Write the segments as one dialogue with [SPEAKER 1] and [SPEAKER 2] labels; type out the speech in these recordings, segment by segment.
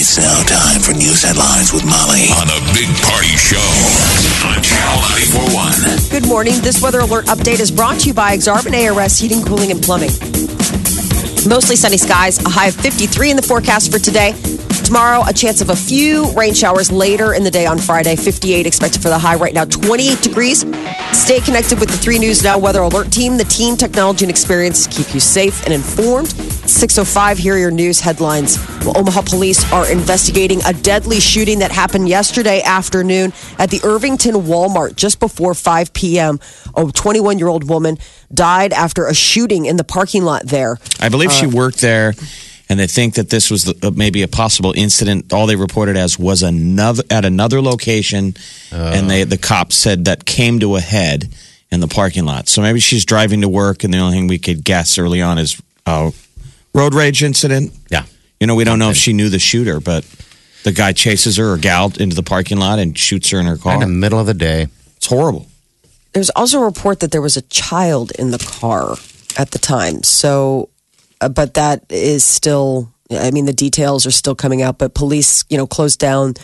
[SPEAKER 1] It's now time for news headlines with Molly on the Big Party Show on Channel 941.
[SPEAKER 2] Good morning. This weather alert update is brought to you by Exarban ARS Heating, Cooling, and Plumbing. Mostly sunny skies, a high of 53 in the forecast for today. Tomorrow, a chance of a few rain showers later in the day on Friday. 58 expected for the high right now, 28 degrees. Stay connected with the 3 News Now Weather Alert Team, the team, technology, and experience to keep you safe and informed. 605, here are your news headlines. Well, Omaha police are investigating a deadly shooting that happened yesterday afternoon at the Irvington Walmart just before 5 p.m. A 21 year old woman died after a shooting in the parking lot there.
[SPEAKER 3] I believe she worked there, and they think that this was the, uh, maybe a possible incident. All they reported as was another at another location, and they the cops said that came to a head in the parking lot. So maybe she's driving to work, and the only thing we could guess early on is uh, road rage incident.
[SPEAKER 4] Yeah.
[SPEAKER 3] You know, we don't know if she knew the shooter, but the guy chases her or gal into the parking lot and shoots her in her
[SPEAKER 4] In
[SPEAKER 3] car.
[SPEAKER 4] the middle of the day.
[SPEAKER 3] It's horrible.
[SPEAKER 2] There's also a report that there was a child in the car at the time. So, uh, but that is still, I mean, the details are still coming out, but police, you know, closed down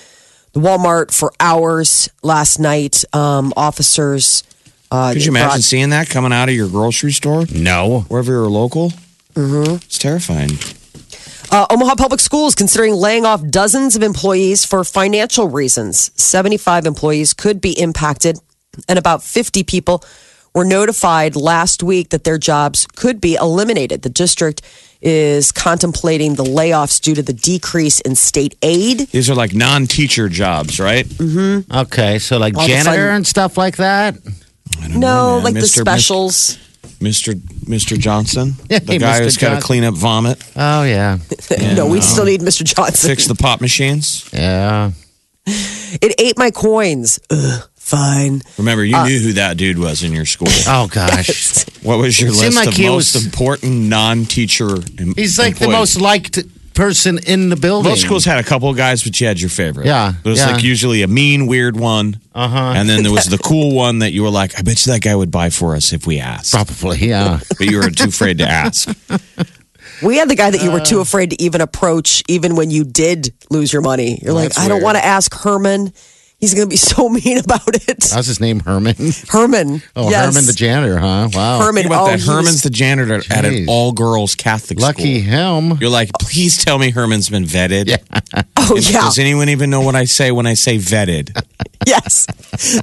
[SPEAKER 2] the Walmart for hours last night. Um, officers. Uh,
[SPEAKER 3] Could you imagine
[SPEAKER 2] brought-
[SPEAKER 3] seeing that coming out of your grocery store,
[SPEAKER 4] No.
[SPEAKER 3] wherever you're local? Mm-hmm. It's terrifying.
[SPEAKER 2] Uh, Omaha Public Schools considering laying off dozens of employees for financial reasons. 75 employees could be impacted, and about 50 people were notified last week that their jobs could be eliminated. The district is contemplating the layoffs due to the decrease in state aid.
[SPEAKER 3] These are like non-teacher jobs, right?
[SPEAKER 4] Okay, so like
[SPEAKER 2] All of a
[SPEAKER 4] janitor
[SPEAKER 2] sudden-
[SPEAKER 4] and stuff like that.
[SPEAKER 2] No,
[SPEAKER 3] man.
[SPEAKER 2] like the
[SPEAKER 3] Mr.
[SPEAKER 2] specials.
[SPEAKER 3] Mr. Mr. Johnson,
[SPEAKER 4] Yeah,
[SPEAKER 3] the
[SPEAKER 4] hey,
[SPEAKER 3] guy
[SPEAKER 4] Mr.
[SPEAKER 3] who's got to
[SPEAKER 4] Johnson.
[SPEAKER 3] clean up vomit,
[SPEAKER 4] Oh yeah,
[SPEAKER 2] no, we still need Mr. Johnson.
[SPEAKER 3] fix the pop machines.
[SPEAKER 4] yeah.
[SPEAKER 2] It ate my coins. Ugh, fine.
[SPEAKER 3] Remember,
[SPEAKER 4] Uh,
[SPEAKER 3] you knew who that dude was in your school.
[SPEAKER 4] Oh gosh,
[SPEAKER 3] What was your
[SPEAKER 4] Seemed
[SPEAKER 3] list
[SPEAKER 4] like
[SPEAKER 3] of
[SPEAKER 4] he
[SPEAKER 3] most
[SPEAKER 4] was-
[SPEAKER 3] important non-teacher? em-
[SPEAKER 4] he's like the
[SPEAKER 3] employees?
[SPEAKER 4] most liked person in the building.
[SPEAKER 3] Most schools had a couple of guys, but you had your favorite.
[SPEAKER 4] Yeah,
[SPEAKER 3] There was
[SPEAKER 4] yeah. Uh-huh.
[SPEAKER 3] like usually a mean, weird one. Uh huh. And then there was the cool one that you were like, I bet you that guy would buy for us if we asked.
[SPEAKER 4] probably yeah.
[SPEAKER 3] But you were too afraid to ask.
[SPEAKER 2] We had the guy that you were
[SPEAKER 3] Uh.
[SPEAKER 2] too afraid to even approach, even when you did lose your money.
[SPEAKER 3] Oh,
[SPEAKER 2] You're like, I don't want to ask Herman. He's going to be so mean about it.
[SPEAKER 4] How's his name? Herman.
[SPEAKER 2] Herman.
[SPEAKER 4] Oh,
[SPEAKER 2] yes.
[SPEAKER 4] Herman the janitor, huh? Wow.
[SPEAKER 2] Herman.
[SPEAKER 3] Think about
[SPEAKER 2] oh,
[SPEAKER 3] that.
[SPEAKER 2] he
[SPEAKER 3] Herman's
[SPEAKER 2] was-
[SPEAKER 3] the janitor at an
[SPEAKER 4] Jeez.
[SPEAKER 3] all-girls Catholic
[SPEAKER 4] Lucky
[SPEAKER 3] school.
[SPEAKER 4] him.
[SPEAKER 3] You're like, please tell me Herman's been vetted.
[SPEAKER 4] Yeah.
[SPEAKER 2] oh yeah,
[SPEAKER 3] Does anyone even know what I say when I say vetted?
[SPEAKER 2] yes.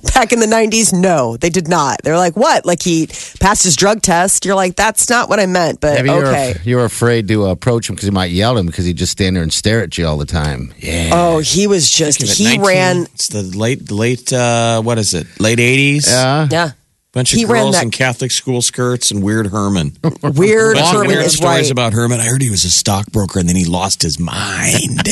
[SPEAKER 2] Back in the '90s, no, they did not. They're like, what? Like he passed his drug test. You're like, that's not what I meant. But
[SPEAKER 4] Maybe you're,
[SPEAKER 2] okay.
[SPEAKER 4] you're afraid to approach him because he might yell at him because he'd just stand there and stare at you all the time. Yeah.
[SPEAKER 2] Oh, he was just
[SPEAKER 3] Give it
[SPEAKER 2] he
[SPEAKER 3] 19
[SPEAKER 2] ran.
[SPEAKER 3] It's the late, late. Uh, what is it? Late eighties.
[SPEAKER 4] Yeah.
[SPEAKER 2] Yeah,
[SPEAKER 3] bunch of
[SPEAKER 2] he ran
[SPEAKER 3] girls
[SPEAKER 2] that-
[SPEAKER 3] in Catholic school skirts and weird Herman.
[SPEAKER 2] weird.
[SPEAKER 3] bunch of
[SPEAKER 2] Herman
[SPEAKER 3] weird
[SPEAKER 2] is
[SPEAKER 3] stories
[SPEAKER 2] right.
[SPEAKER 3] about Herman. I heard he was a stockbroker and then he lost his mind.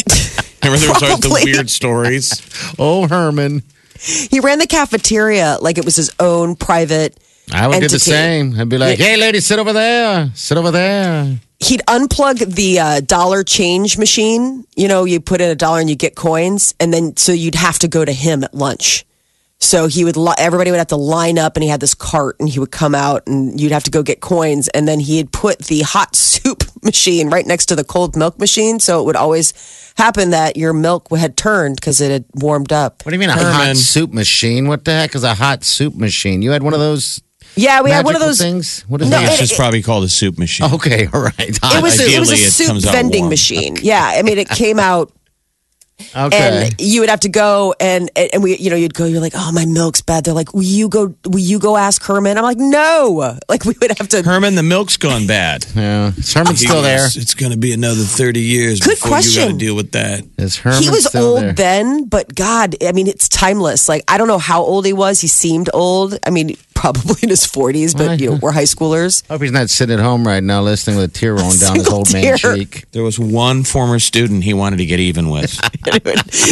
[SPEAKER 3] Remember, there was always the
[SPEAKER 2] Probably.
[SPEAKER 3] weird stories.
[SPEAKER 4] Oh, Herman.
[SPEAKER 2] he ran the cafeteria like it was his own private.
[SPEAKER 4] I would do the
[SPEAKER 2] entity.
[SPEAKER 4] same. I'd be like, hey, lady, sit over there. Sit over there.
[SPEAKER 2] he'd unplug the uh, dollar change machine. You know, you put in a dollar and you get coins, and then so you'd have to go to him at lunch. So he would, li- everybody would have to line up, and he had this cart, and he would come out, and you'd have to go get coins, and then he had put the hot soup machine right next to the cold milk machine, so it would always happen that your milk had turned because it had warmed up.
[SPEAKER 4] What do you mean a
[SPEAKER 3] Herman.
[SPEAKER 4] hot soup machine? What the heck is a hot soup machine? You had one of those
[SPEAKER 2] Yeah, we had one of
[SPEAKER 4] magical
[SPEAKER 2] those.
[SPEAKER 4] things? What is
[SPEAKER 2] No,
[SPEAKER 3] It's
[SPEAKER 4] that?
[SPEAKER 2] it- Oh.
[SPEAKER 3] just probably called a soup machine.
[SPEAKER 4] okay, all right.
[SPEAKER 2] It
[SPEAKER 4] Hot.
[SPEAKER 2] was, it was a
[SPEAKER 3] Ideally, it
[SPEAKER 2] soup
[SPEAKER 3] comes out
[SPEAKER 2] vending
[SPEAKER 3] warm.
[SPEAKER 2] machine. Yeah, I mean, it came out
[SPEAKER 4] okay.
[SPEAKER 2] and you would have to go and and we you know you'd go you're like oh my milk's bad they're like will you go will you go ask Herman I'm like no like we would have to
[SPEAKER 3] Herman, the milk's gone bad.
[SPEAKER 4] yeah. Is Herman still there?
[SPEAKER 3] It's, going to be another 30 years
[SPEAKER 2] Good
[SPEAKER 3] before you got
[SPEAKER 2] question.
[SPEAKER 3] to deal with that.
[SPEAKER 4] Is Herman
[SPEAKER 2] he was
[SPEAKER 4] still
[SPEAKER 2] old
[SPEAKER 4] there?
[SPEAKER 2] then but God I mean it's timeless like I don't know how old he was he seemed old I mean probably in his 40s, but you know, we're high schoolers.
[SPEAKER 4] Hope he's not sitting at home right now listening with a tear rolling down his
[SPEAKER 2] single
[SPEAKER 4] old
[SPEAKER 2] tear.
[SPEAKER 4] man cheek.
[SPEAKER 3] There was one former student he wanted to get even with.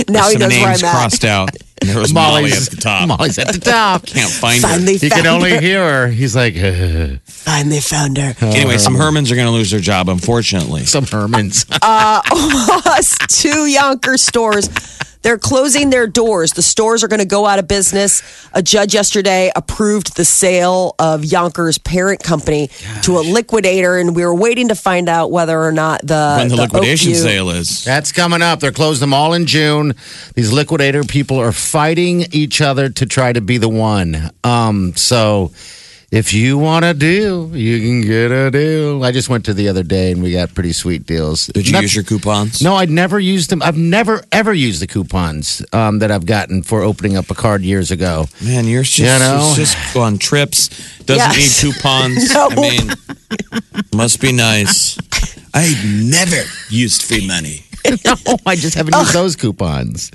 [SPEAKER 2] now he
[SPEAKER 3] Some
[SPEAKER 2] knows where
[SPEAKER 3] names
[SPEAKER 2] I'm at.
[SPEAKER 3] crossed out. And there was Molly at the top.
[SPEAKER 4] Molly's at the top.
[SPEAKER 3] Can't find her.
[SPEAKER 2] Finally
[SPEAKER 4] He
[SPEAKER 2] found
[SPEAKER 4] could only
[SPEAKER 2] her.
[SPEAKER 4] hear her. He's like, uh,
[SPEAKER 2] Finally found her.
[SPEAKER 3] Anyway, some Hermans are going to lose their job, unfortunately.
[SPEAKER 2] Uh,
[SPEAKER 4] some Hermans.
[SPEAKER 2] Plus, two Yonkers stores. They're closing their doors. The stores are going to go out of business. A judge yesterday approved the sale of Yonkers' parent company to a liquidator, and we were waiting to find out whether or not the oh,
[SPEAKER 3] when the, liquidation
[SPEAKER 2] Oakview-
[SPEAKER 3] sale is.
[SPEAKER 4] That's coming up. They're closing them all in June. These liquidator people are fighting each other to try to be the one. Um, so if you want a deal, you can get a deal. I just went to the other day and we got pretty sweet deals.
[SPEAKER 3] Did you
[SPEAKER 4] Not-
[SPEAKER 3] use your coupons?
[SPEAKER 4] No, I'd never used them. I've never ever used the coupons um, that I've gotten for opening up a card years ago.
[SPEAKER 3] Man, you're just,
[SPEAKER 4] You know?
[SPEAKER 3] it's just go on trips. Doesn't
[SPEAKER 2] Yes.
[SPEAKER 3] need coupons.
[SPEAKER 2] No.
[SPEAKER 3] I mean, must be nice. I never used free money.
[SPEAKER 4] no, I just haven't used those coupons.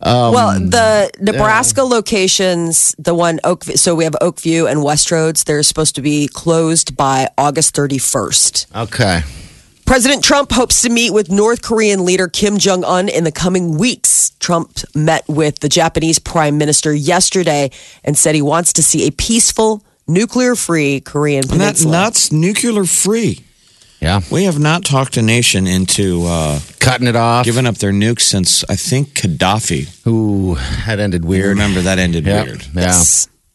[SPEAKER 2] Well,
[SPEAKER 3] Um,
[SPEAKER 2] the Nebraska locations, the one Oak, so we have Oakview and Westroads. They're supposed to be closed by August 31st.
[SPEAKER 4] Okay.
[SPEAKER 2] President Trump hopes to meet with North Korean leader Kim Jong Un in the coming weeks. Trump met with the Japanese prime minister yesterday and said he wants to see a peaceful, nuclear-free Korean
[SPEAKER 3] And that
[SPEAKER 2] peninsula.
[SPEAKER 3] nuts, nuclear free.
[SPEAKER 4] Yeah.
[SPEAKER 3] We have not talked a nation into uh,
[SPEAKER 4] Cutting it off.
[SPEAKER 3] giving up their nukes since I think Gaddafi.
[SPEAKER 4] Ooh, that ended
[SPEAKER 3] I
[SPEAKER 4] weird.
[SPEAKER 3] remember that ended
[SPEAKER 4] Yeah.
[SPEAKER 3] weird.
[SPEAKER 4] Yeah.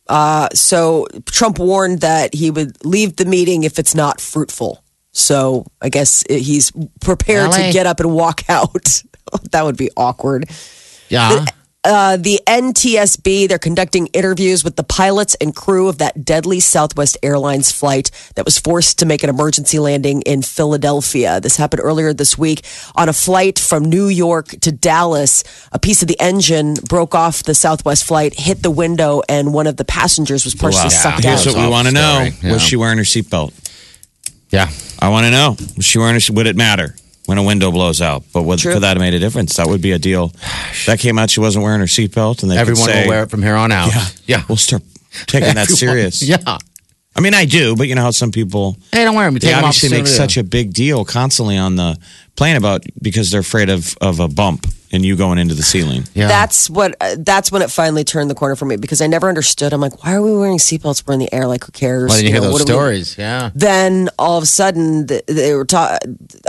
[SPEAKER 2] Uh, so Trump warned that he would leave the meeting if it's not fruitful. So I guess he's prepared to
[SPEAKER 4] Really?
[SPEAKER 2] get up and walk out. that would be awkward.
[SPEAKER 4] Yeah.
[SPEAKER 2] Uh, the NTSB, they're conducting interviews with the pilots and crew of that deadly Southwest Airlines flight that was forced to make an emergency landing in Philadelphia. This happened earlier this week on a flight from New York to Dallas. A piece of the engine broke off the Southwest flight, hit the window, and one of the passengers was partially sucked
[SPEAKER 3] Here's
[SPEAKER 2] out.
[SPEAKER 3] what we want to know:
[SPEAKER 4] Story, yeah.
[SPEAKER 3] Was she wearing her seatbelt?
[SPEAKER 4] Yeah.
[SPEAKER 3] I want to know: Was she wearing? Her, would it matter when a window blows out? But would,
[SPEAKER 2] True.
[SPEAKER 3] could that have made a difference? That would be a deal. That came out. She wasn't wearing her seatbelt, and they could
[SPEAKER 4] Everyone
[SPEAKER 3] say,
[SPEAKER 4] will wear it from here on out.
[SPEAKER 3] Yeah,
[SPEAKER 4] Yeah.
[SPEAKER 3] We'll start taking that
[SPEAKER 4] Everyone.
[SPEAKER 3] serious.
[SPEAKER 4] Yeah.
[SPEAKER 3] I mean, I do, but you know how some people
[SPEAKER 4] Hey, don't wear them. You take
[SPEAKER 3] they
[SPEAKER 4] them off
[SPEAKER 3] obviously
[SPEAKER 4] sooner
[SPEAKER 3] make
[SPEAKER 4] than-
[SPEAKER 3] such a big deal constantly on the plane about because they're afraid of of a bump and you going into the ceiling.
[SPEAKER 4] Yeah.
[SPEAKER 2] That's what. Uh, that's when it finally turned the corner for me because I never understood. I'm like, why are we wearing seatbelts? We're in the air. Like, who cares?
[SPEAKER 4] Well, then you hear
[SPEAKER 2] know,
[SPEAKER 4] those
[SPEAKER 2] what do we-
[SPEAKER 4] stories. Yeah.
[SPEAKER 2] then all of a sudden th- they were ta-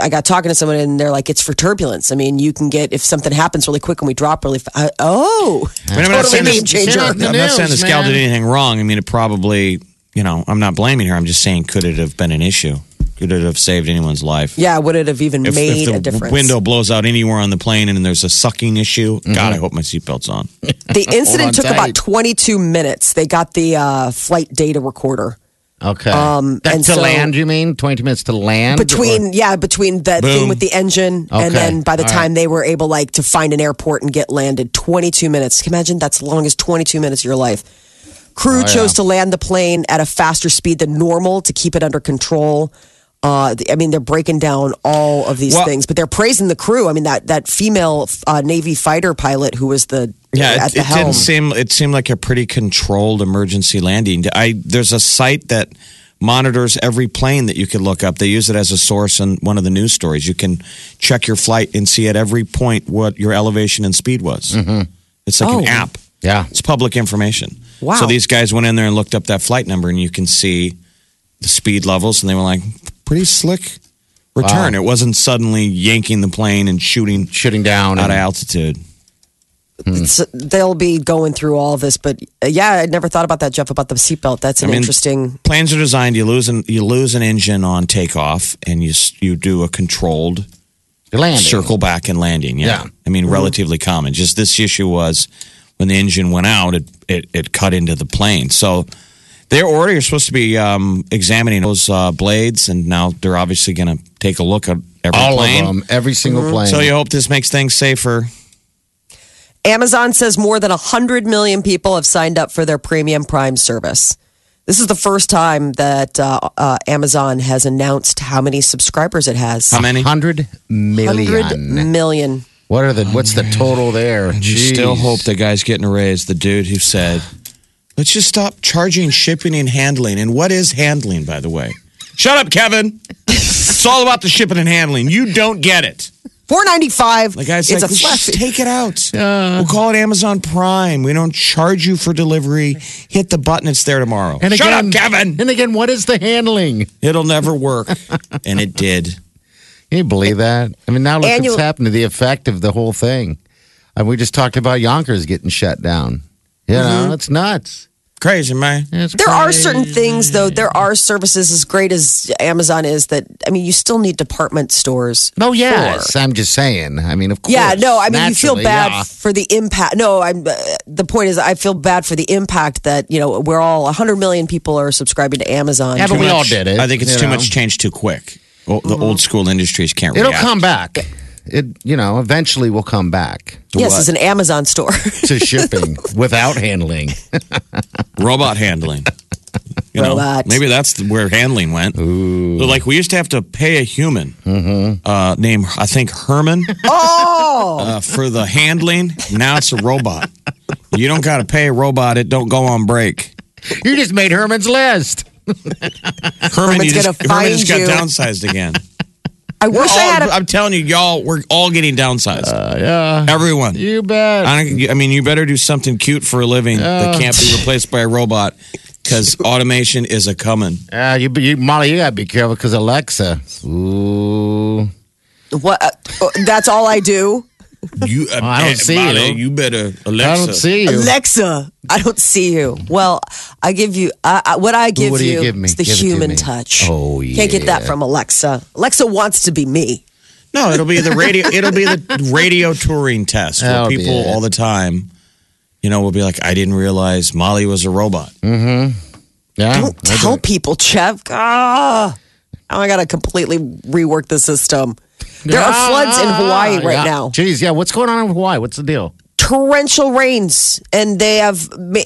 [SPEAKER 2] I got talking to someone and they're like, it's for turbulence. I mean, you can get, if something happens really quick and we drop really fast. Oh,
[SPEAKER 3] I mean, I'm not
[SPEAKER 2] Totally
[SPEAKER 3] saying this-
[SPEAKER 2] game changer.
[SPEAKER 3] I'm
[SPEAKER 4] It's in the
[SPEAKER 3] not saying
[SPEAKER 4] news,
[SPEAKER 3] this gal
[SPEAKER 4] man.
[SPEAKER 3] did anything wrong. I mean, it probably, you know, I'm not blaming her. I'm just saying, could it have been an issue? Could it have saved anyone's life?
[SPEAKER 2] yeah, would it have even
[SPEAKER 3] If,
[SPEAKER 2] made
[SPEAKER 3] if the
[SPEAKER 2] a difference?
[SPEAKER 3] window blows out anywhere on the plane and there's a sucking issue, God,
[SPEAKER 4] Mm-hmm.
[SPEAKER 3] I hope my seatbelt's on.
[SPEAKER 2] The incident
[SPEAKER 4] on
[SPEAKER 2] took about
[SPEAKER 4] tight.
[SPEAKER 2] 22 minutes. They got the uh, flight data recorder.
[SPEAKER 4] Okay.
[SPEAKER 2] Um,
[SPEAKER 4] That
[SPEAKER 2] and
[SPEAKER 4] to
[SPEAKER 2] so-
[SPEAKER 4] land, you mean? 20 minutes to land?
[SPEAKER 2] Between yeah, between the thing
[SPEAKER 3] Boom.
[SPEAKER 2] with the engine,
[SPEAKER 4] Okay.
[SPEAKER 2] and then by the
[SPEAKER 4] All
[SPEAKER 2] time they were able like to find an airport and get landed, twenty two minutes. Can you imagine that's the longest twenty two minutes of your life. Crew
[SPEAKER 3] Oh,
[SPEAKER 2] chose to land the plane at a faster speed than normal to keep it under control. Uh, the- I mean, they're breaking down all of these
[SPEAKER 3] Well-
[SPEAKER 2] things, but they're praising the crew. I mean, that that female uh, Navy fighter pilot who was the
[SPEAKER 3] Yeah,
[SPEAKER 2] at
[SPEAKER 3] it,
[SPEAKER 2] the
[SPEAKER 3] it
[SPEAKER 2] helm.
[SPEAKER 3] didn't seem it seemed like a pretty controlled emergency landing. I there's a site that monitors every plane that you could look up. They use it as a source in one of the news stories. You can check your flight and see at every point what your elevation and speed was. It's like an
[SPEAKER 2] Oh.
[SPEAKER 3] app.
[SPEAKER 4] Yeah.
[SPEAKER 3] It's public information.
[SPEAKER 2] Wow.
[SPEAKER 3] So these guys went in there and looked up that flight number, and you can see the speed levels, and they were like, pretty slick return. It wasn't suddenly yanking the plane and shooting
[SPEAKER 4] Shooting down.
[SPEAKER 3] out of
[SPEAKER 4] and-
[SPEAKER 3] altitude.
[SPEAKER 2] It's- they'll be going through all this, but uh, yeah, I never thought about that, Jeff, about the seatbelt. That's an
[SPEAKER 3] I mean,
[SPEAKER 2] interesting.
[SPEAKER 3] Planes are designed. You lose an you lose an engine on takeoff, and you s- you do a controlled
[SPEAKER 4] landing.
[SPEAKER 3] circle back and landing. Yeah,
[SPEAKER 4] Yeah. Mm-hmm.
[SPEAKER 3] I mean, relatively common. Just this issue was when the engine went out, it it, it cut into the plane. So they're already supposed to be um, examining those uh, blades, and now they're obviously going to take a look at every
[SPEAKER 4] All
[SPEAKER 3] plane. Mm-hmm.
[SPEAKER 4] of them. Every single plane.
[SPEAKER 3] So you hope this makes things safer.
[SPEAKER 2] Amazon says more than 100 million people have signed up for their premium prime service. This is the first time that uh, uh, Amazon has announced how many subscribers it has.
[SPEAKER 3] How many?
[SPEAKER 4] 100
[SPEAKER 2] 100
[SPEAKER 4] million.
[SPEAKER 2] million.
[SPEAKER 4] What are the, what's the total there?
[SPEAKER 3] You still
[SPEAKER 4] Jeez.
[SPEAKER 3] hope the guy's getting a raise. The dude who said, Let's just stop charging shipping and handling. And what is handling, by the way? Shut up, Kevin. it's all about the shipping and handling. You don't get it.
[SPEAKER 2] Four ninety five.
[SPEAKER 3] Like I
[SPEAKER 2] it's
[SPEAKER 3] said,
[SPEAKER 2] a
[SPEAKER 3] let's just
[SPEAKER 2] flat.
[SPEAKER 3] take it out. we'll call it Amazon Prime. We don't charge you for delivery. Hit the button. It's there tomorrow.
[SPEAKER 4] And
[SPEAKER 3] Shut
[SPEAKER 4] again,
[SPEAKER 3] up, Kevin.
[SPEAKER 4] And again, what is the handling?
[SPEAKER 3] It'll never work. and it did.
[SPEAKER 4] Can you believe that? I mean, now look
[SPEAKER 2] Annual-
[SPEAKER 4] what's happened to the effect of the whole thing. And we just talked about Yonkers getting shut down. You
[SPEAKER 2] Mm-hmm.
[SPEAKER 4] know, it's nuts.
[SPEAKER 3] Crazy, man.
[SPEAKER 4] It's
[SPEAKER 2] There are
[SPEAKER 4] crazy.
[SPEAKER 2] certain things, though. There are services as great as Amazon is that I mean, you still need department stores.
[SPEAKER 4] No, yes. I'm just saying. I mean, of course.
[SPEAKER 2] Yeah, no, I mean, you feel
[SPEAKER 4] naturally,
[SPEAKER 2] bad
[SPEAKER 4] yeah.
[SPEAKER 2] for the impact. No, I'm. Uh, the point is, I feel bad for the impact that you know we're all 100 million people are subscribing to Amazon.
[SPEAKER 4] Yeah, but
[SPEAKER 3] Too
[SPEAKER 4] we all
[SPEAKER 3] much-
[SPEAKER 4] did it,
[SPEAKER 3] I think it's
[SPEAKER 4] you
[SPEAKER 3] too
[SPEAKER 4] know. Mm-hmm.
[SPEAKER 3] much change too quick. O- The old school industries can't
[SPEAKER 4] It'll
[SPEAKER 3] react.
[SPEAKER 4] come back. It, you know, eventually will come back
[SPEAKER 2] yes, it's an Amazon store.
[SPEAKER 4] to shipping without handling.
[SPEAKER 3] Robot handling. You know,
[SPEAKER 2] Robot.
[SPEAKER 3] maybe that's the- where handling went. So, Like we used to have to pay a human
[SPEAKER 4] Mm-hmm.
[SPEAKER 3] uh, named, I think Herman,
[SPEAKER 2] oh,
[SPEAKER 3] uh, for the handling. Now it's a robot. You don't got to pay a robot. It don't go on break.
[SPEAKER 4] You just made Herman's list.
[SPEAKER 3] Herman,
[SPEAKER 2] Herman's
[SPEAKER 3] you just,
[SPEAKER 2] gonna
[SPEAKER 3] Herman just
[SPEAKER 2] find you.
[SPEAKER 3] got downsized again.
[SPEAKER 2] I wish I had a
[SPEAKER 3] I'm telling you, y'all, we're all getting downsized.
[SPEAKER 4] Uh, Yeah.
[SPEAKER 3] Everyone.
[SPEAKER 4] You bet.
[SPEAKER 3] I, don't, I mean, you better do something cute for a living that can't be replaced by a robot because automation is a coming.
[SPEAKER 4] Uh, you, you, Molly, you gotta be careful because Alexa. Ooh.
[SPEAKER 2] what? Uh, uh, that's all I do.
[SPEAKER 3] You,
[SPEAKER 4] Oh, I don't see
[SPEAKER 3] Molly,
[SPEAKER 4] you.
[SPEAKER 3] you better Alexa.
[SPEAKER 4] I don't see you.
[SPEAKER 2] Alexa, I don't see you. Well, I give you I, I, what I give
[SPEAKER 4] what do you give me?
[SPEAKER 2] is the
[SPEAKER 4] Give it to
[SPEAKER 2] human
[SPEAKER 4] me.
[SPEAKER 2] touch.
[SPEAKER 4] Oh, yeah.
[SPEAKER 2] Can't get that from Alexa. Alexa wants to be me.
[SPEAKER 3] No, it'll be the radio. It'll be the radio touring test where
[SPEAKER 4] That'll be
[SPEAKER 3] people
[SPEAKER 4] it.
[SPEAKER 3] all the time, you know, will be like, "I didn't realize Molly was a robot."
[SPEAKER 4] Mm. Yeah.
[SPEAKER 2] Don't tell people, Chev. Ah, now I got to completely rework the system. There are floods in Hawaii right
[SPEAKER 4] Ah, yeah.
[SPEAKER 2] now.
[SPEAKER 4] Jeez, yeah. What's going on in Hawaii? What's the deal?
[SPEAKER 2] torrential rains and they have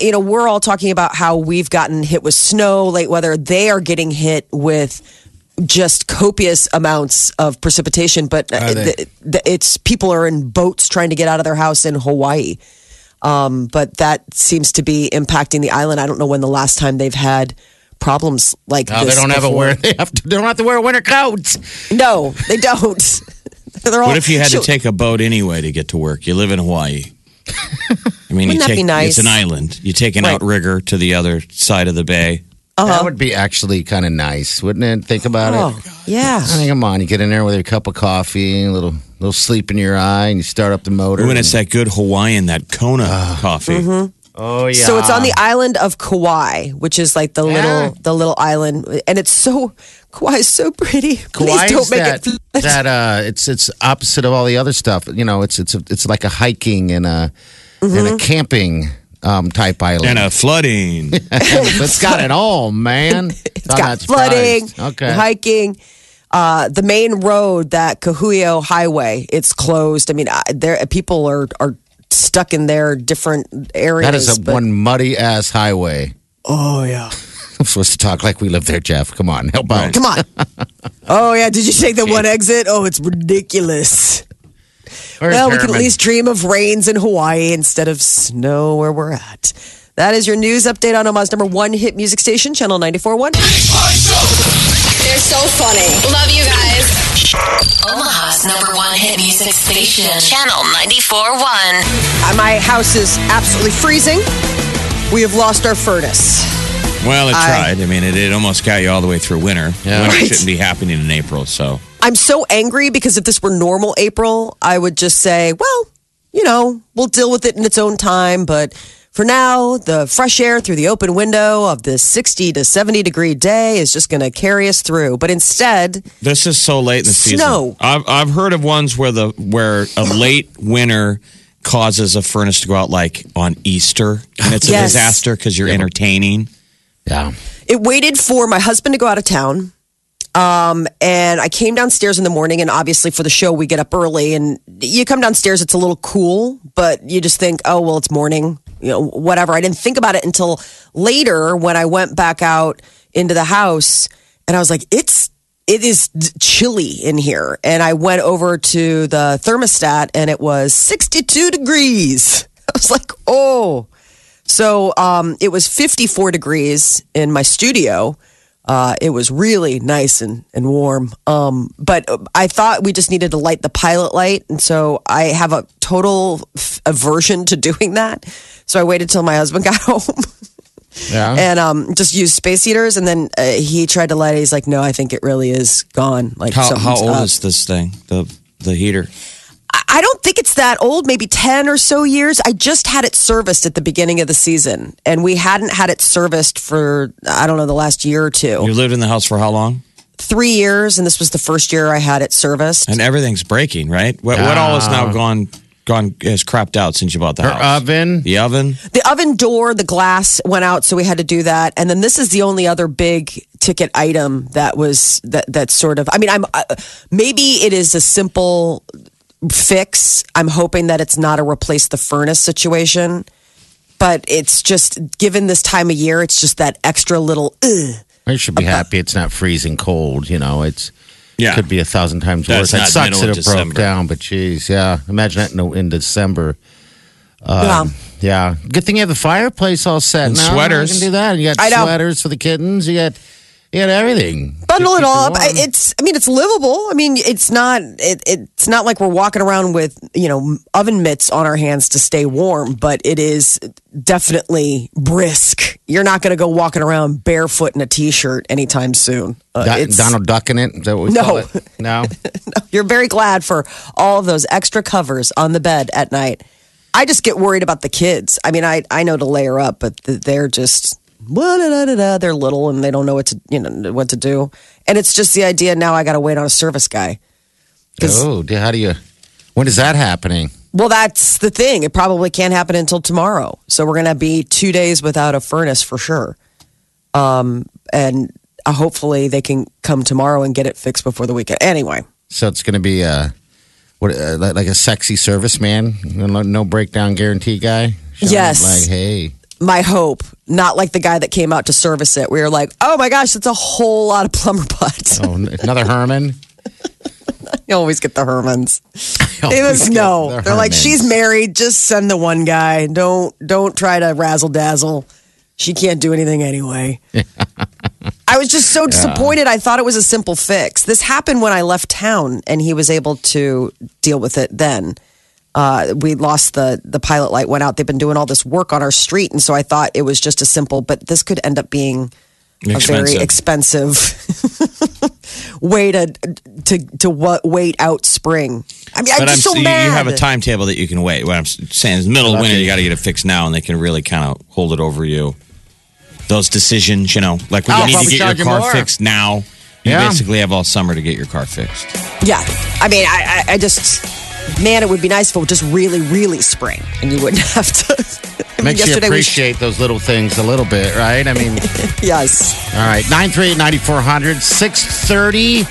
[SPEAKER 2] you know we're all talking about how we've gotten hit with snow late weather they are getting hit with just copious amounts of precipitation but
[SPEAKER 4] Are they?
[SPEAKER 2] th- th- it's people are in boats trying to get out of their house in hawaii um, but that seems to be impacting the island i don't know when the last time they've had problems like
[SPEAKER 4] Oh,
[SPEAKER 2] this
[SPEAKER 4] they don't have a
[SPEAKER 2] before.
[SPEAKER 4] wear. They have to. They don't have to wear winter coats.
[SPEAKER 2] no they don't They're all,
[SPEAKER 3] What if you had to
[SPEAKER 2] Shoot.
[SPEAKER 3] take a boat anyway to get to work? You live in Hawaii. I mean,
[SPEAKER 2] Wouldn't
[SPEAKER 3] you
[SPEAKER 2] that
[SPEAKER 3] take,
[SPEAKER 2] be nice?
[SPEAKER 3] it's an island. You take an
[SPEAKER 2] Right.
[SPEAKER 3] outrigger to the other side of the bay.
[SPEAKER 4] That would be actually kind of nice, wouldn't it? Think about
[SPEAKER 2] Uh-huh. oh,
[SPEAKER 4] it.
[SPEAKER 2] yeah
[SPEAKER 4] I mean, come on. You get in there with your cup of coffee, a little little sleep in your eye, and you start up the motor.
[SPEAKER 3] When it's that good Hawaiian, that Kona
[SPEAKER 4] Ah.
[SPEAKER 3] coffee.
[SPEAKER 2] Mm-hmm.
[SPEAKER 4] oh yeah.
[SPEAKER 2] So it's on the island of Kauai, which is like the
[SPEAKER 4] Yeah.
[SPEAKER 2] little the little island, and it's so Kauai is so pretty.
[SPEAKER 4] Kauai
[SPEAKER 2] Please
[SPEAKER 4] is
[SPEAKER 2] don't make
[SPEAKER 4] that,
[SPEAKER 2] it.
[SPEAKER 4] that uh, it's it's opposite of all the other stuff. You know, it's it's it's like a hiking and a and
[SPEAKER 2] Mm-hmm.
[SPEAKER 4] a camping um, type island.
[SPEAKER 3] And a flooding.
[SPEAKER 4] it's got it all, man. It's
[SPEAKER 2] It's got flooding,
[SPEAKER 4] oh, Okay.
[SPEAKER 2] hiking. Uh, the main road, that Kahuyo Highway, it's closed. I mean, I, there people are are stuck in their different areas.
[SPEAKER 4] that is a
[SPEAKER 2] but-
[SPEAKER 4] one muddy ass highway.
[SPEAKER 2] Oh yeah.
[SPEAKER 4] I'm supposed to talk like we live there, Jeff. Come on, help out.
[SPEAKER 2] Come on. oh yeah. Did you take the one exit? Oh, it's ridiculous.
[SPEAKER 4] Where's
[SPEAKER 2] well, we can at
[SPEAKER 4] Herman?
[SPEAKER 2] least dream of rains in Hawaii instead of snow where we're at. That is your news update on Omaha's number one hit music station, Channel 94.1.
[SPEAKER 5] They're so funny. Love you guys. Omaha's number one hit music station. Channel 94.1.
[SPEAKER 2] Uh, My house is absolutely freezing. We have lost our furnace.
[SPEAKER 3] well, it
[SPEAKER 2] I-
[SPEAKER 3] tried. I mean, it, it almost got you all the way through winter.
[SPEAKER 4] Yeah.
[SPEAKER 3] Winter
[SPEAKER 2] Right.
[SPEAKER 3] shouldn't be happening in April. So
[SPEAKER 2] I'm so angry because if this were normal April, I would just say, well, you know, we'll deal with it in its own time. But for now, the fresh air through the open window of this 60 to 70 degree day is just going to carry us through. But instead,
[SPEAKER 3] this is so late in the
[SPEAKER 2] Snow.
[SPEAKER 3] season. I've I've heard of ones where the where a late winter causes a furnace to go out like on Easter, and it's a
[SPEAKER 2] Yes.
[SPEAKER 3] disaster because you're entertaining.
[SPEAKER 4] Yeah.
[SPEAKER 2] it waited for my husband to go out of town. Um, and I came downstairs in the morning, and obviously for the show, we get up early. And you come downstairs, it's a little cool, but you just think, oh, well, it's morning, you know, whatever. I didn't think about it until later when I went back out into the house, and I was like, it's it is d- chilly in here. And I went over to the thermostat, and it was 62 degrees. I was like, oh. So um, it was 54 degrees in my studio. Uh, it was really nice and, and warm. Um, but I thought we just needed to light the pilot light. And so I have a total f- aversion to doing that. So I waited till my husband got home
[SPEAKER 4] Yeah.
[SPEAKER 2] and um, just used space heaters. And then uh, he tried to light it. He's like, no, I think it really is gone. Like,
[SPEAKER 3] How, how
[SPEAKER 2] something's
[SPEAKER 3] old
[SPEAKER 2] up."
[SPEAKER 3] is this thing? The the heater.
[SPEAKER 2] I- I don't think it's that old, maybe 10 or so years. I just had it serviced at the beginning of the season, and we hadn't had it serviced for, I don't know, the last year or two.
[SPEAKER 3] You lived in the house for how long?
[SPEAKER 2] Three years, and this was the first year I had it serviced.
[SPEAKER 3] And everything's breaking, right? What, what all is now gone gone has crapped out since you bought the
[SPEAKER 4] Uh, Her
[SPEAKER 3] house?
[SPEAKER 4] oven.
[SPEAKER 3] The oven.
[SPEAKER 2] The oven door, the glass went out, so we had to do that. And then this is the only other big ticket item that was that that's sort of. I mean, I'm uh, maybe it is a simple fix. I'm hoping that it's not a replace the furnace situation, but it's just given this time of year, it's just that extra little. uh, Ugh.
[SPEAKER 4] I should be happy it's not freezing cold. You know, it's
[SPEAKER 3] Yeah.
[SPEAKER 4] could be a thousand times
[SPEAKER 3] That's
[SPEAKER 4] worse. It
[SPEAKER 3] not
[SPEAKER 4] sucks
[SPEAKER 3] middle
[SPEAKER 4] that
[SPEAKER 3] of
[SPEAKER 4] it broke
[SPEAKER 3] December.
[SPEAKER 4] down, but geez, yeah. Imagine that in, the- in December.
[SPEAKER 2] Wow.
[SPEAKER 4] Yeah, good thing you have the fireplace all set.
[SPEAKER 3] And
[SPEAKER 4] now.
[SPEAKER 3] sweaters.
[SPEAKER 4] You can do that. You got
[SPEAKER 2] I know.
[SPEAKER 4] sweaters for the kittens. You got you got everything.
[SPEAKER 2] bundle
[SPEAKER 4] Just
[SPEAKER 2] it
[SPEAKER 4] keep
[SPEAKER 2] all up. I,
[SPEAKER 4] warm.
[SPEAKER 2] it's I mean it's livable. I mean it's not it, it's not like we're walking around with you know oven mitts on our hands to stay warm, but it is definitely brisk. You're not going to go walking around barefoot in a t-shirt anytime soon. Uh,
[SPEAKER 4] Don-
[SPEAKER 2] it's-
[SPEAKER 4] Donald Duck in it. Is that what we
[SPEAKER 2] No.
[SPEAKER 4] call it? No.
[SPEAKER 2] you're very glad for all of those extra covers on the bed at night. I just get worried about the kids. I mean, I, I know to layer up, but th- they're just "Wa-da-da-da-da," they're little and they don't know what to you know what to do. And it's just the idea now. I got to wait on a service guy. 'Cause-
[SPEAKER 4] Oh, dear, how do you? When is that happening?
[SPEAKER 2] Well, that's the thing. It probably can't happen until tomorrow. So we're gonna be two days without a furnace for sure. Um, and uh, hopefully they can come tomorrow and get it fixed before the weekend. Anyway.
[SPEAKER 4] So it's going to be a what uh, like like a sexy serviceman, no, no breakdown guarantee guy. Showing up
[SPEAKER 2] Yes.
[SPEAKER 4] Like hey,
[SPEAKER 2] my hope, not like the guy that came out to service it. We were like, oh my gosh, that's a whole lot of plumber butts.
[SPEAKER 4] oh, n- another Herman.
[SPEAKER 2] you always get the Hermans.
[SPEAKER 3] Oh,
[SPEAKER 2] They just no. They're like, she's married. Just send the one guy. Don't don't try to razzle dazzle. She can't do anything anyway. I was just so disappointed. I thought it was a simple fix. This happened when I left town, and he was able to deal with it then. Uh, we lost the the pilot light went out. They've been doing all this work on our street, and so I thought it was just a simple. But this could end up being a very expensive way to to to wa- wait out spring. I mean, I'm
[SPEAKER 3] but
[SPEAKER 2] just
[SPEAKER 3] I'm
[SPEAKER 2] so
[SPEAKER 3] you,
[SPEAKER 2] mad.
[SPEAKER 3] you have a timetable that you can wait. What I'm s- saying is, middle of winter, you got to get it fixed now, and they can really kind of hold it over you. Those decisions, you know, like we
[SPEAKER 4] I'll
[SPEAKER 3] need
[SPEAKER 4] probably
[SPEAKER 3] to get
[SPEAKER 4] charge you
[SPEAKER 3] your car
[SPEAKER 4] more.
[SPEAKER 3] fixed now. You
[SPEAKER 4] Yeah.
[SPEAKER 3] basically have all summer to get your car fixed.
[SPEAKER 2] Yeah, I mean, I, I I just man, it would be nice if it would just really, really spring, and you wouldn't have to. I mean,
[SPEAKER 4] Makes you
[SPEAKER 2] we sh-
[SPEAKER 4] appreciate those little things a little bit, right? I mean,
[SPEAKER 2] yes,
[SPEAKER 4] all right, 938-9400, 630.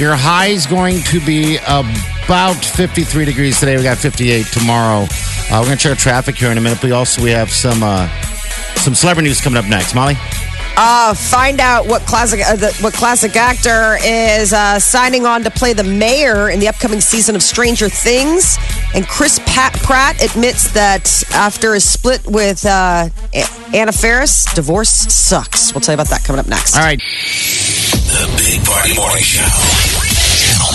[SPEAKER 4] Your high is going to be about 53 degrees today. We got 58 tomorrow. Uh, we're going to check our traffic here in a minute. But also, we have some uh, some celebrity news coming up next. Molly?
[SPEAKER 2] uh, find out what classic uh, the, what classic actor is uh, signing on to play the mayor in the upcoming season of Stranger Things. And Chris Pat- Pratt admits that after his split with uh, A- Anna Faris, divorce sucks. We'll tell you about that coming up next.
[SPEAKER 4] All right,
[SPEAKER 1] The Big Party Morning Show. Channel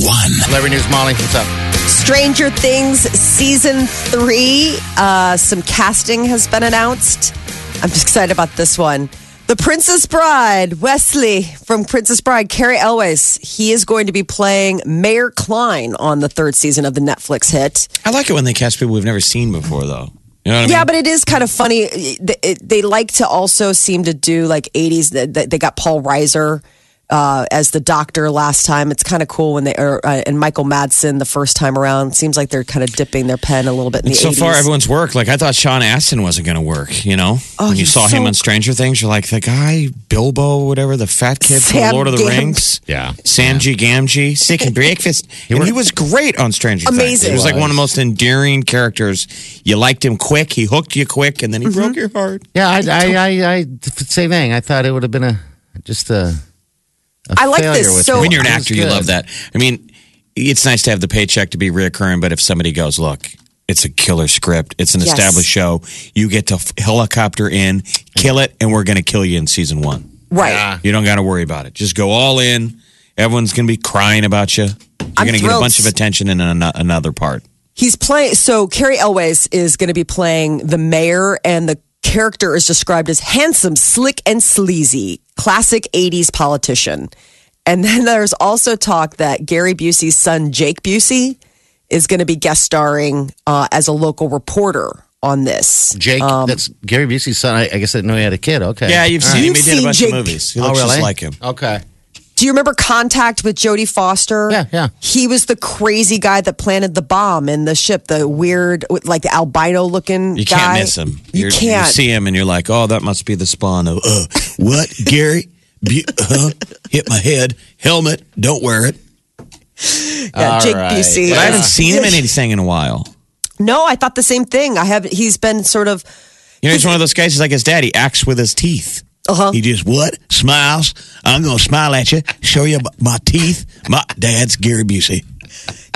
[SPEAKER 1] 94.1.
[SPEAKER 4] celebrity news, Molly. What's up?
[SPEAKER 2] Stranger Things season three. Uh, some casting has been announced. I'm just excited about this one. The Princess Bride, Wesley from Princess Bride, Carrie Elways. He is going to be playing Mayor Klein on the third season of the Netflix hit.
[SPEAKER 3] I like it when they cast people we've never seen before, though. You know what I
[SPEAKER 2] Yeah,
[SPEAKER 3] mean?
[SPEAKER 2] but it is kind of funny. They, it- they like to also seem to do like 80s. They, they they got Paul Reiser uh, as the doctor last time. It's kind of cool when they are, uh, and Michael Madsen the first time around. Seems like they're kind of dipping their pen a little bit in
[SPEAKER 3] And
[SPEAKER 2] the
[SPEAKER 3] so
[SPEAKER 2] 80s.
[SPEAKER 3] far, everyone's worked. Like I thought, Sean Astin wasn't going to work. You know,
[SPEAKER 2] Oh,
[SPEAKER 3] when you
[SPEAKER 2] he's
[SPEAKER 3] saw him
[SPEAKER 2] so-
[SPEAKER 3] on Stranger Things, you're like the guy Bilbo, whatever, the fat kid
[SPEAKER 2] Sam
[SPEAKER 3] from Lord of the
[SPEAKER 2] Gamgee.
[SPEAKER 3] Rings.
[SPEAKER 4] Yeah.
[SPEAKER 3] Samji Gamgee, sick and breakfast. and he was great on Stranger Things.
[SPEAKER 2] Amazing.
[SPEAKER 3] He was like
[SPEAKER 4] He
[SPEAKER 3] one of the
[SPEAKER 4] was.
[SPEAKER 3] most endearing characters. You liked him quick. He hooked you quick, and then he
[SPEAKER 2] Mm-hmm.
[SPEAKER 3] broke your heart.
[SPEAKER 4] Yeah, I, I, I, I, same thing. I thought it would have been a just a. a
[SPEAKER 2] I like
[SPEAKER 4] failure
[SPEAKER 2] this
[SPEAKER 4] with
[SPEAKER 2] so-
[SPEAKER 4] me.
[SPEAKER 3] when you're an
[SPEAKER 4] It was
[SPEAKER 3] actor, you
[SPEAKER 4] good.
[SPEAKER 3] love that. I mean, it's nice to have the paycheck to be reoccurring, but if somebody goes, look, It's a killer script. It's an
[SPEAKER 2] Yes.
[SPEAKER 3] established show. You get to f- helicopter in, kill it, and we're going to kill you in season one.
[SPEAKER 2] Right.
[SPEAKER 4] Yeah.
[SPEAKER 3] You don't got to worry about it. Just go all in. Everyone's going to be crying about you. You're
[SPEAKER 2] I'm
[SPEAKER 3] going to get a
[SPEAKER 2] thrilled.
[SPEAKER 3] bunch of attention in an- another part.
[SPEAKER 2] He's playing. So Carrie Elways is going to be playing the mayor, and the character is described as handsome, slick, and sleazy, classic '80s politician. And then there's also talk that Gary Busey's son, Jake Busey, is going to be guest starring uh, as a local reporter on this. Um,
[SPEAKER 4] Jake, that's Gary Busey's son. I, I guess I didn't know he had a kid. Okay.
[SPEAKER 3] Yeah, you've seen him.
[SPEAKER 2] You've
[SPEAKER 3] Um, He did a
[SPEAKER 2] seen
[SPEAKER 3] bunch
[SPEAKER 2] Jake-
[SPEAKER 3] of movies. He
[SPEAKER 4] Oh,
[SPEAKER 3] looks
[SPEAKER 4] really?
[SPEAKER 3] just like him.
[SPEAKER 4] Okay.
[SPEAKER 2] Do you remember Contact with Jodie Foster?
[SPEAKER 4] Yeah, yeah.
[SPEAKER 2] He was the crazy guy that planted the bomb in the ship, the weird, with, like the albino looking.
[SPEAKER 3] You can't
[SPEAKER 2] guy.
[SPEAKER 3] miss him.
[SPEAKER 2] You
[SPEAKER 3] You're-
[SPEAKER 2] can't.
[SPEAKER 3] You see him and you're like, oh, that must be the spawn of, uh, what, Gary? Bu- huh? Hit my head. Helmet. Don't wear it.
[SPEAKER 2] Yeah,
[SPEAKER 4] All
[SPEAKER 2] Jake
[SPEAKER 4] right.
[SPEAKER 2] Busey.
[SPEAKER 3] But I haven't
[SPEAKER 2] is-
[SPEAKER 3] seen him in anything in a while.
[SPEAKER 2] No, I thought the same thing. I have. He's been sort of.
[SPEAKER 3] You know, he's one of those guys. He's like his dad. He acts with his teeth.
[SPEAKER 2] Uh-huh.
[SPEAKER 3] He just what smiles. I'm gonna smile at you. Show you my teeth. My dad's Gary Busey.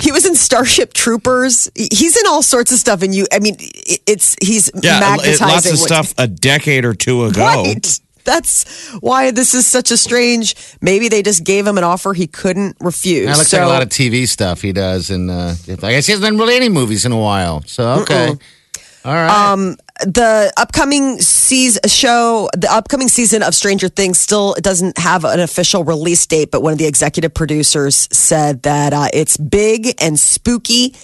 [SPEAKER 2] He was in Starship Troopers. He- He's in all sorts of stuff, and you. I mean, it- it's he's magnetizing
[SPEAKER 3] lots of
[SPEAKER 2] what-
[SPEAKER 3] stuff a decade or two ago.
[SPEAKER 2] Right. That's why this is such a strange. Maybe they just gave him an offer he couldn't refuse.
[SPEAKER 4] That looks
[SPEAKER 2] So-
[SPEAKER 4] like a lot of TV stuff he does, and uh, I guess he hasn't done really any movies in a while. So okay, all right.
[SPEAKER 2] the upcoming season show, the upcoming season of Stranger Things still doesn't have an official release date, but one of the executive producers said that uh, it's big and spooky,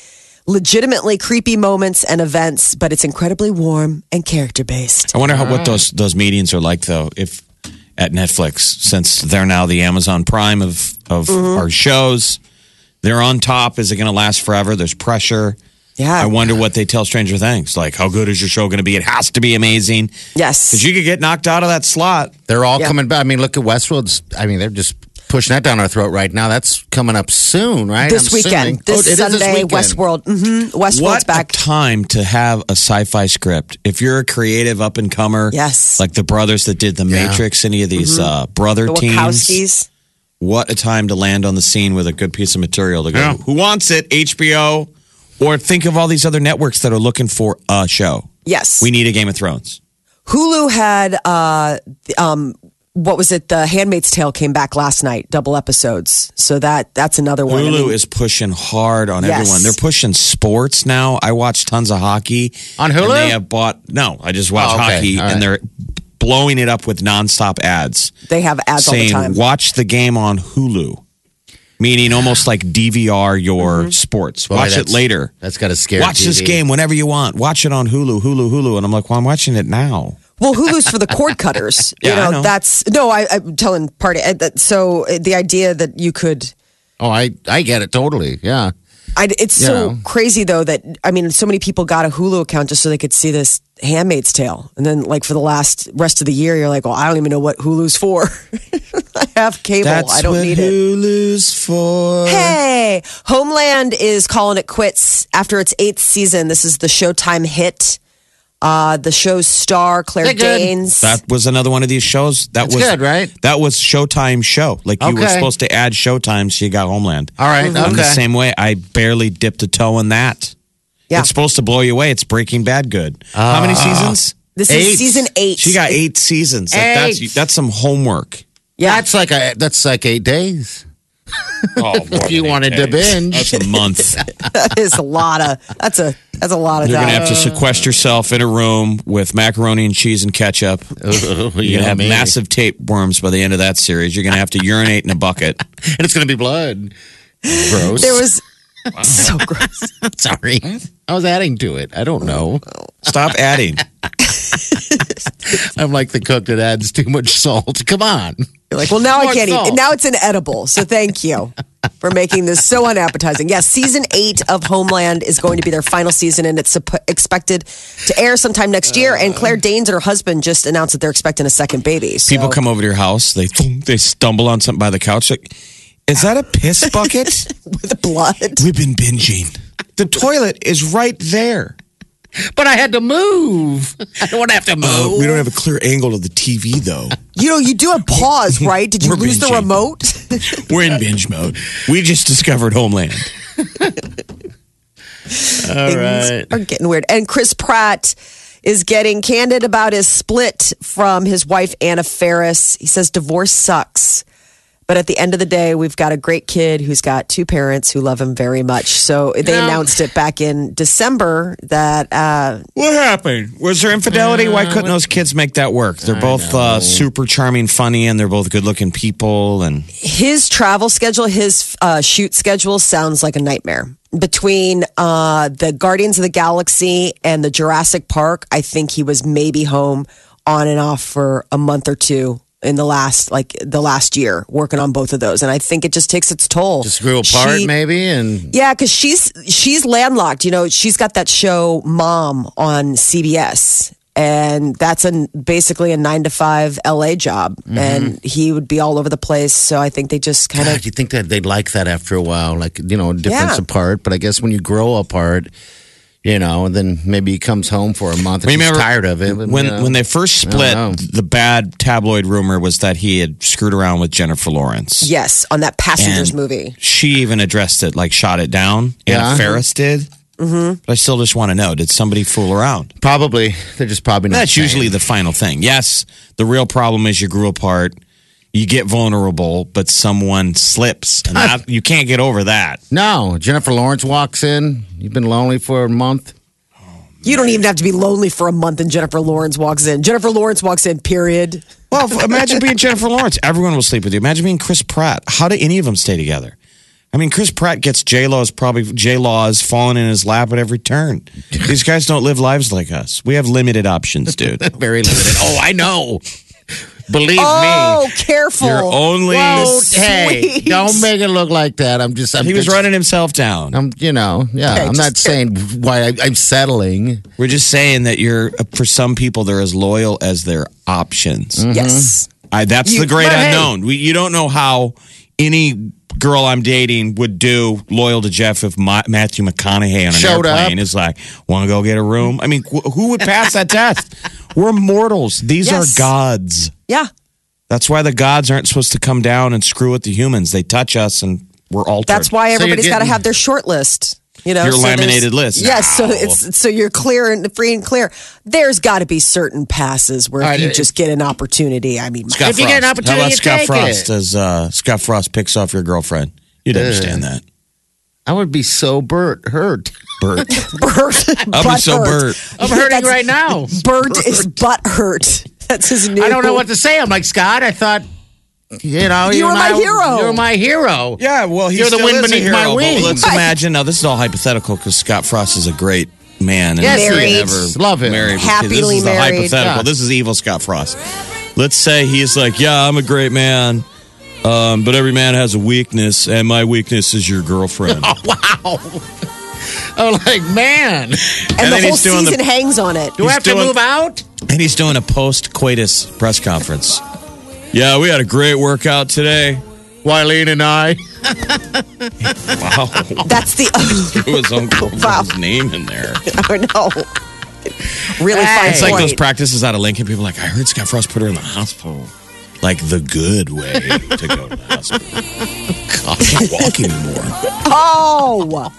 [SPEAKER 2] legitimately creepy moments and events, but it's incredibly warm and character based.
[SPEAKER 3] I wonder how, what those those meetings are like though. If at Netflix, since they're now the Amazon Prime of of
[SPEAKER 2] Mm-hmm.
[SPEAKER 3] our shows, they're on top. Is it going to last forever? There's pressure.
[SPEAKER 2] Yeah.
[SPEAKER 3] I wonder what they tell Stranger Things. Like, how good is your show going to be? It has to be amazing.
[SPEAKER 2] Yes.
[SPEAKER 3] Because you could get knocked out of that slot.
[SPEAKER 4] they're all
[SPEAKER 2] yeah.
[SPEAKER 4] coming back. I mean, look at Westworld's. I mean, they're just pushing that down our throat right now. That's coming up soon, right?
[SPEAKER 2] this
[SPEAKER 4] I'm assuming.
[SPEAKER 2] weekend, this
[SPEAKER 4] Oh, it is
[SPEAKER 2] Sunday,
[SPEAKER 4] weekend.
[SPEAKER 2] Westworld. Mm-hmm. Westworld's
[SPEAKER 3] what
[SPEAKER 2] back.
[SPEAKER 3] a time to have a sci-fi script. If you're a creative up and comer,
[SPEAKER 2] Yes. Mm-hmm.
[SPEAKER 3] like the brothers that did the Matrix, any of these uh, brother
[SPEAKER 2] the
[SPEAKER 3] teams,
[SPEAKER 2] Wachowskis.
[SPEAKER 3] what a time to land on the scene with a good piece of material to go. Who wants it? HBO, or think of all these other networks that are looking for a show.
[SPEAKER 2] Yes.
[SPEAKER 3] We need a Game of Thrones.
[SPEAKER 2] Hulu had uh th- um what was it? The Handmaid's Tale came back last night, double episodes. So that that's another one. I
[SPEAKER 3] Hulu
[SPEAKER 2] mean,
[SPEAKER 3] is pushing hard on
[SPEAKER 2] Yes.
[SPEAKER 3] everyone. They're pushing sports now. I watch tons of hockey
[SPEAKER 4] On Hulu?
[SPEAKER 3] And they have bought no. I just watch
[SPEAKER 4] Oh, okay.
[SPEAKER 3] hockey,
[SPEAKER 4] All right.
[SPEAKER 3] and they're blowing it up with nonstop ads.
[SPEAKER 2] they have ads all the
[SPEAKER 3] saying
[SPEAKER 2] time.
[SPEAKER 3] watch the game on Hulu, meaning almost like DVR your
[SPEAKER 2] Mm-hmm.
[SPEAKER 3] sports.
[SPEAKER 4] Boy,
[SPEAKER 3] watch it
[SPEAKER 4] that's-
[SPEAKER 3] later.
[SPEAKER 4] That's got a scare.
[SPEAKER 3] Watch this game whenever you want. Watch it on Hulu, Hulu, Hulu. And I'm like, well, I'm watching it now.
[SPEAKER 2] Well, Hulu's for the cord cutters.
[SPEAKER 3] Yeah,
[SPEAKER 2] you know,
[SPEAKER 3] I know.
[SPEAKER 2] that's no. I, I'm telling party. uh, that- So uh, the idea that you could.
[SPEAKER 4] Oh, I I get it totally. Yeah.
[SPEAKER 2] I, it's so
[SPEAKER 4] Yeah.
[SPEAKER 2] crazy though that I mean, so many people got a Hulu account just so they could see this Handmaid's Tale, and then like for the last rest of the year, you're like, well, I don't even know what Hulu's for. I have cable.
[SPEAKER 3] That's
[SPEAKER 2] I don't
[SPEAKER 3] what
[SPEAKER 2] need it.
[SPEAKER 3] Hulu's for.
[SPEAKER 2] Hey, Homeland is calling it quits after its eighth season. This is the Showtime hit. Uh, the show's star Claire
[SPEAKER 4] Is that good?
[SPEAKER 2] Danes.
[SPEAKER 3] That was another one of these shows. That
[SPEAKER 4] That's
[SPEAKER 3] was
[SPEAKER 4] good, right?
[SPEAKER 3] That was Showtime show. Like you were
[SPEAKER 4] Okay.
[SPEAKER 3] supposed to add Showtime, so you got Homeland.
[SPEAKER 4] All right,
[SPEAKER 2] Mm-hmm.
[SPEAKER 3] I'm the
[SPEAKER 4] okay.
[SPEAKER 3] same way. I barely dipped a toe in that.
[SPEAKER 2] yeah, Uh,
[SPEAKER 3] It's supposed to blow you away. It's Breaking Bad good. How many seasons?
[SPEAKER 2] this
[SPEAKER 4] eight.
[SPEAKER 2] is season eight.
[SPEAKER 3] She got eight seasons. Like,
[SPEAKER 4] Eight.
[SPEAKER 3] That's that's some homework.
[SPEAKER 2] yeah.
[SPEAKER 4] That's like a that's like eight days.
[SPEAKER 3] Oh,
[SPEAKER 4] If you wanted to binge,
[SPEAKER 3] that's a month.
[SPEAKER 2] that is a lot of. That's a that's a lot of
[SPEAKER 3] You're
[SPEAKER 2] time.
[SPEAKER 3] gonna have to sequester yourself in a room with macaroni and cheese and ketchup. You're gonna have
[SPEAKER 4] Yummy.
[SPEAKER 3] massive tapeworms by the end of that series. You're gonna have to urinate in a bucket.
[SPEAKER 4] and it's gonna be blood. Gross.
[SPEAKER 2] there was so gross.
[SPEAKER 4] sorry. I was adding to it. I don't know.
[SPEAKER 3] Stop adding.
[SPEAKER 4] I'm like the cook that adds too much salt. Come on.
[SPEAKER 2] You're like, well, now I
[SPEAKER 4] More
[SPEAKER 2] can't eat.
[SPEAKER 4] salt.
[SPEAKER 2] Now it's inedible. So thank you for making this so unappetizing. Yes, season eight of Homeland is going to be their final season, and it's supp- expected to air sometime next year. And Claire Danes and her husband just announced that they're expecting a second baby. So-
[SPEAKER 3] People come over to your house. They they stumble on something by the couch. Like, is that a piss bucket?
[SPEAKER 2] with blood.
[SPEAKER 3] We've been binging. The toilet is right there.
[SPEAKER 4] But I had to move. I don't want to have to move.
[SPEAKER 3] Uh, we don't have a clear angle of the TV though.
[SPEAKER 2] You know, you do a pause, right? Did you
[SPEAKER 3] We're
[SPEAKER 2] lose the
[SPEAKER 3] binging.
[SPEAKER 2] remote?
[SPEAKER 3] We're in binge mode. We just discovered Homeland.
[SPEAKER 4] All right.
[SPEAKER 2] are getting weird. And Chris Pratt is getting candid about his split from his wife Anna Ferris. He says divorce sucks. But at the end of the day, we've got a great kid who's got two parents who love him very much. So they
[SPEAKER 4] Now-
[SPEAKER 2] announced it back in December that uh,
[SPEAKER 3] What happened? Was there infidelity? Why couldn't those kids make that work? They're both uh, super charming, funny, and they're both good-looking people. And
[SPEAKER 2] his travel schedule, his uh, shoot schedule sounds like a nightmare. Between uh, the Guardians of the Galaxy and the Jurassic Park, I think he was maybe home on and off for a month or two in the last like the last year working on both of those and i think it just takes its toll
[SPEAKER 4] Just grew apart,
[SPEAKER 2] She-
[SPEAKER 4] maybe, and
[SPEAKER 2] yeah, because she's she's landlocked. You know, she's got that show Mom on CBS, and that's an basically a nine to five LA job,
[SPEAKER 4] Mm-hmm.
[SPEAKER 2] and he would be all over the place. So I think they just kind
[SPEAKER 4] God,
[SPEAKER 2] of
[SPEAKER 4] you think that they'd like that after a while, like you know,
[SPEAKER 2] Yeah.
[SPEAKER 4] difference apart. But I guess when you grow apart, you know, and then maybe he comes home for a month. and
[SPEAKER 3] Remember
[SPEAKER 4] she's tired of it. but,
[SPEAKER 3] when
[SPEAKER 4] you know.
[SPEAKER 3] when they first split,
[SPEAKER 4] know.
[SPEAKER 3] the bad tabloid rumor was that he had screwed around with Jennifer Lawrence.
[SPEAKER 2] yes on that Passengers
[SPEAKER 3] And
[SPEAKER 2] movie.
[SPEAKER 3] She even addressed it, like shot it down. Anna
[SPEAKER 4] Yeah.
[SPEAKER 3] Ferris did. Mm-hmm. But I still just want to know: Did somebody fool around?
[SPEAKER 4] probably they're just probably not.
[SPEAKER 3] That's
[SPEAKER 4] saying.
[SPEAKER 3] usually the final thing. Yes, the real problem is you grew apart, you get vulnerable, but someone slips, and that, you can't get over that.
[SPEAKER 4] no. Jennifer Lawrence walks in. You've been lonely for a month.
[SPEAKER 2] You don't even have to be lonely for a month, and Jennifer Lawrence walks in. Jennifer Lawrence walks in. Period.
[SPEAKER 3] Well, f- imagine being Jennifer Lawrence. Everyone will sleep with you. Imagine being Chris Pratt. How do any of them stay together? I mean, Chris Pratt gets J Law's probably J Law's falling in his lap at every turn. These guys don't live lives like us. We have limited options, dude.
[SPEAKER 4] Very limited. oh, I know. Believe
[SPEAKER 2] Oh,
[SPEAKER 4] me.
[SPEAKER 2] careful!
[SPEAKER 3] You're only
[SPEAKER 4] Don't- hey,
[SPEAKER 2] sweet.
[SPEAKER 4] don't make it look like that. I'm just. I'm
[SPEAKER 3] he was
[SPEAKER 4] just-
[SPEAKER 3] running himself down.
[SPEAKER 4] I'm, you know, yeah.
[SPEAKER 2] Okay,
[SPEAKER 4] I'm not
[SPEAKER 2] just-
[SPEAKER 4] saying why I, I'm settling.
[SPEAKER 3] We're just saying that you're for some people they're as loyal as their options.
[SPEAKER 4] Mm-hmm.
[SPEAKER 2] yes.
[SPEAKER 3] I, that's
[SPEAKER 4] You-
[SPEAKER 3] the great
[SPEAKER 4] but hey-
[SPEAKER 3] unknown. We, you don't know how any girl I'm dating would do loyal to Jeff if Ma- Matthew McConaughey on an
[SPEAKER 4] Showed up.
[SPEAKER 3] airplane is like, want to go get a room? I mean, wh- who would pass that test? We're mortals. These
[SPEAKER 2] Yes.
[SPEAKER 3] are gods.
[SPEAKER 2] Yeah.
[SPEAKER 3] That's why the gods aren't supposed to come down and screw with the humans. They touch us and we're altered.
[SPEAKER 2] That's why
[SPEAKER 4] So you're
[SPEAKER 2] everybody's got to
[SPEAKER 4] getting-
[SPEAKER 2] have their short list. You know,
[SPEAKER 3] Your
[SPEAKER 2] there's-
[SPEAKER 3] laminated list.
[SPEAKER 2] Yes, so
[SPEAKER 3] No.
[SPEAKER 2] it's so you're clear and free and clear. There's got to be certain passes where
[SPEAKER 4] All right,
[SPEAKER 2] you
[SPEAKER 4] it-
[SPEAKER 2] just get an opportunity. I mean,
[SPEAKER 3] Scott
[SPEAKER 4] If you get an
[SPEAKER 3] Frost. How
[SPEAKER 4] opportunity,
[SPEAKER 3] about
[SPEAKER 4] you
[SPEAKER 3] Scott
[SPEAKER 4] take
[SPEAKER 3] Frost
[SPEAKER 4] it.
[SPEAKER 3] as uh, Scott Frost picks off your girlfriend? You'd understand that.
[SPEAKER 4] I would be so burt hurt.
[SPEAKER 3] Bert.
[SPEAKER 2] Bert.
[SPEAKER 3] I'll be so Bert.
[SPEAKER 4] I'm hurting right now.
[SPEAKER 2] Bird is butt hurt. That's his new.
[SPEAKER 4] I don't know what to say. I'm like Scott. I thought, you know,
[SPEAKER 2] You
[SPEAKER 4] you
[SPEAKER 2] were
[SPEAKER 4] and
[SPEAKER 2] my
[SPEAKER 4] I-
[SPEAKER 2] hero.
[SPEAKER 4] You were my hero.
[SPEAKER 3] Yeah, well, he's
[SPEAKER 4] You're the
[SPEAKER 3] still
[SPEAKER 4] wind
[SPEAKER 3] is a
[SPEAKER 4] beneath
[SPEAKER 3] hero,
[SPEAKER 4] my
[SPEAKER 3] but
[SPEAKER 4] wing.
[SPEAKER 3] Let's imagine. Now, this is all hypothetical because Scott Frost is a great man. And
[SPEAKER 4] Yes,
[SPEAKER 3] he
[SPEAKER 2] Married.
[SPEAKER 4] is. Love him.
[SPEAKER 3] married. this
[SPEAKER 2] Happily
[SPEAKER 3] is the
[SPEAKER 2] married.
[SPEAKER 3] hypothetical.
[SPEAKER 4] Yeah.
[SPEAKER 3] This is evil Scott Frost. Let's say he's like, yeah, I'm a great man, um, but every man has a weakness, and my weakness is your girlfriend.
[SPEAKER 4] Wow. I'm like, man, do
[SPEAKER 2] And,
[SPEAKER 3] And
[SPEAKER 2] the
[SPEAKER 3] then
[SPEAKER 2] whole
[SPEAKER 3] he's doing
[SPEAKER 2] season
[SPEAKER 3] the-
[SPEAKER 2] hangs on it.
[SPEAKER 4] I have to
[SPEAKER 3] doing-
[SPEAKER 4] move out?
[SPEAKER 3] And he's doing a post coitus press conference. Yeah, we had a great workout today.
[SPEAKER 4] Wileen and I.
[SPEAKER 3] Wow,
[SPEAKER 2] That's the. Oh,
[SPEAKER 3] threw his own girlfriend's
[SPEAKER 2] Wow.
[SPEAKER 3] name in there.
[SPEAKER 2] no. Really
[SPEAKER 4] Hey.
[SPEAKER 2] fine
[SPEAKER 3] It's like
[SPEAKER 2] point.
[SPEAKER 3] those practices out of Lincoln. People are like, I heard Scott Frost put her in the hospital. Like the good way to go to the hospital. God, I can't walk anymore.
[SPEAKER 2] oh,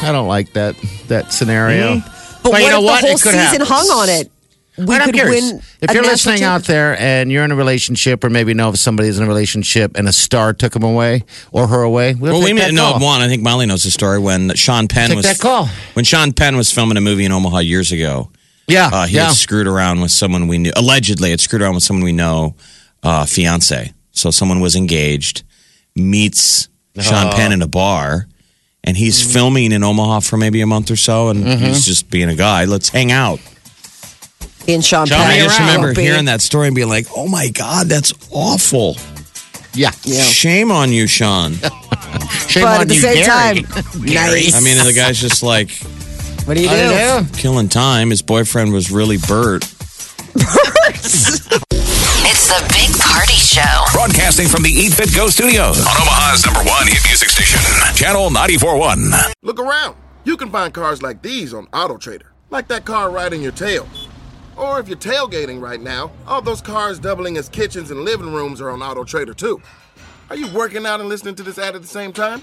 [SPEAKER 4] I don't like that that scenario.
[SPEAKER 2] but what
[SPEAKER 4] Hmm? you know
[SPEAKER 2] if
[SPEAKER 4] what?
[SPEAKER 2] the
[SPEAKER 4] It
[SPEAKER 2] whole
[SPEAKER 4] could
[SPEAKER 2] season
[SPEAKER 4] happen.
[SPEAKER 2] hung on it? We
[SPEAKER 4] But I'm
[SPEAKER 2] could
[SPEAKER 4] curious.
[SPEAKER 2] win.
[SPEAKER 4] if
[SPEAKER 2] a
[SPEAKER 4] you're
[SPEAKER 2] national
[SPEAKER 4] listening out
[SPEAKER 2] championship.
[SPEAKER 4] there and you're in a relationship, or maybe know if somebody is in a relationship and a star took him away or her away, we'll
[SPEAKER 3] Well,
[SPEAKER 4] take
[SPEAKER 3] we
[SPEAKER 4] that
[SPEAKER 3] may know
[SPEAKER 4] call.
[SPEAKER 3] one. I think Molly knows the story when Sean Penn
[SPEAKER 4] Take
[SPEAKER 3] was
[SPEAKER 4] that call.
[SPEAKER 3] when Sean Penn was filming a movie in Omaha years ago.
[SPEAKER 4] Yeah,
[SPEAKER 3] Uh, he
[SPEAKER 4] yeah.
[SPEAKER 3] had screwed around with someone we knew. Allegedly, had screwed around with someone we know, uh, fiance. So someone was engaged, meets
[SPEAKER 4] Oh.
[SPEAKER 3] Sean Penn in a bar, and he's
[SPEAKER 4] Mm.
[SPEAKER 3] filming in Omaha for maybe a month or so, and
[SPEAKER 4] Mm-hmm.
[SPEAKER 3] he's just being a guy. Let's hang out.
[SPEAKER 2] in Sean
[SPEAKER 4] Tell
[SPEAKER 2] Penn.
[SPEAKER 4] me
[SPEAKER 3] I just
[SPEAKER 4] around.
[SPEAKER 3] remember hearing that story and being like, "Oh my god, that's awful!
[SPEAKER 4] yeah.
[SPEAKER 3] Shame on you, Sean."
[SPEAKER 4] Shame
[SPEAKER 2] But
[SPEAKER 4] on
[SPEAKER 2] at the
[SPEAKER 4] you,
[SPEAKER 2] same
[SPEAKER 4] Gary.
[SPEAKER 2] time,
[SPEAKER 4] Gary.
[SPEAKER 2] nice.
[SPEAKER 3] I mean, and the guy's just like
[SPEAKER 2] what do you
[SPEAKER 4] I
[SPEAKER 2] do?
[SPEAKER 4] know.
[SPEAKER 3] killing time. His boyfriend was really Bert.
[SPEAKER 5] It's the Big Party Show.
[SPEAKER 1] Broadcasting from the Eat Fit Go studios on Omaha's number one hit music station, Channel 941.
[SPEAKER 6] Look around. You can find cars like these on AutoTrader, like that car riding your tail. Or if you're tailgating right now, all those cars doubling as kitchens and living rooms are on AutoTrader too. Are you working out and listening to this ad at the same time?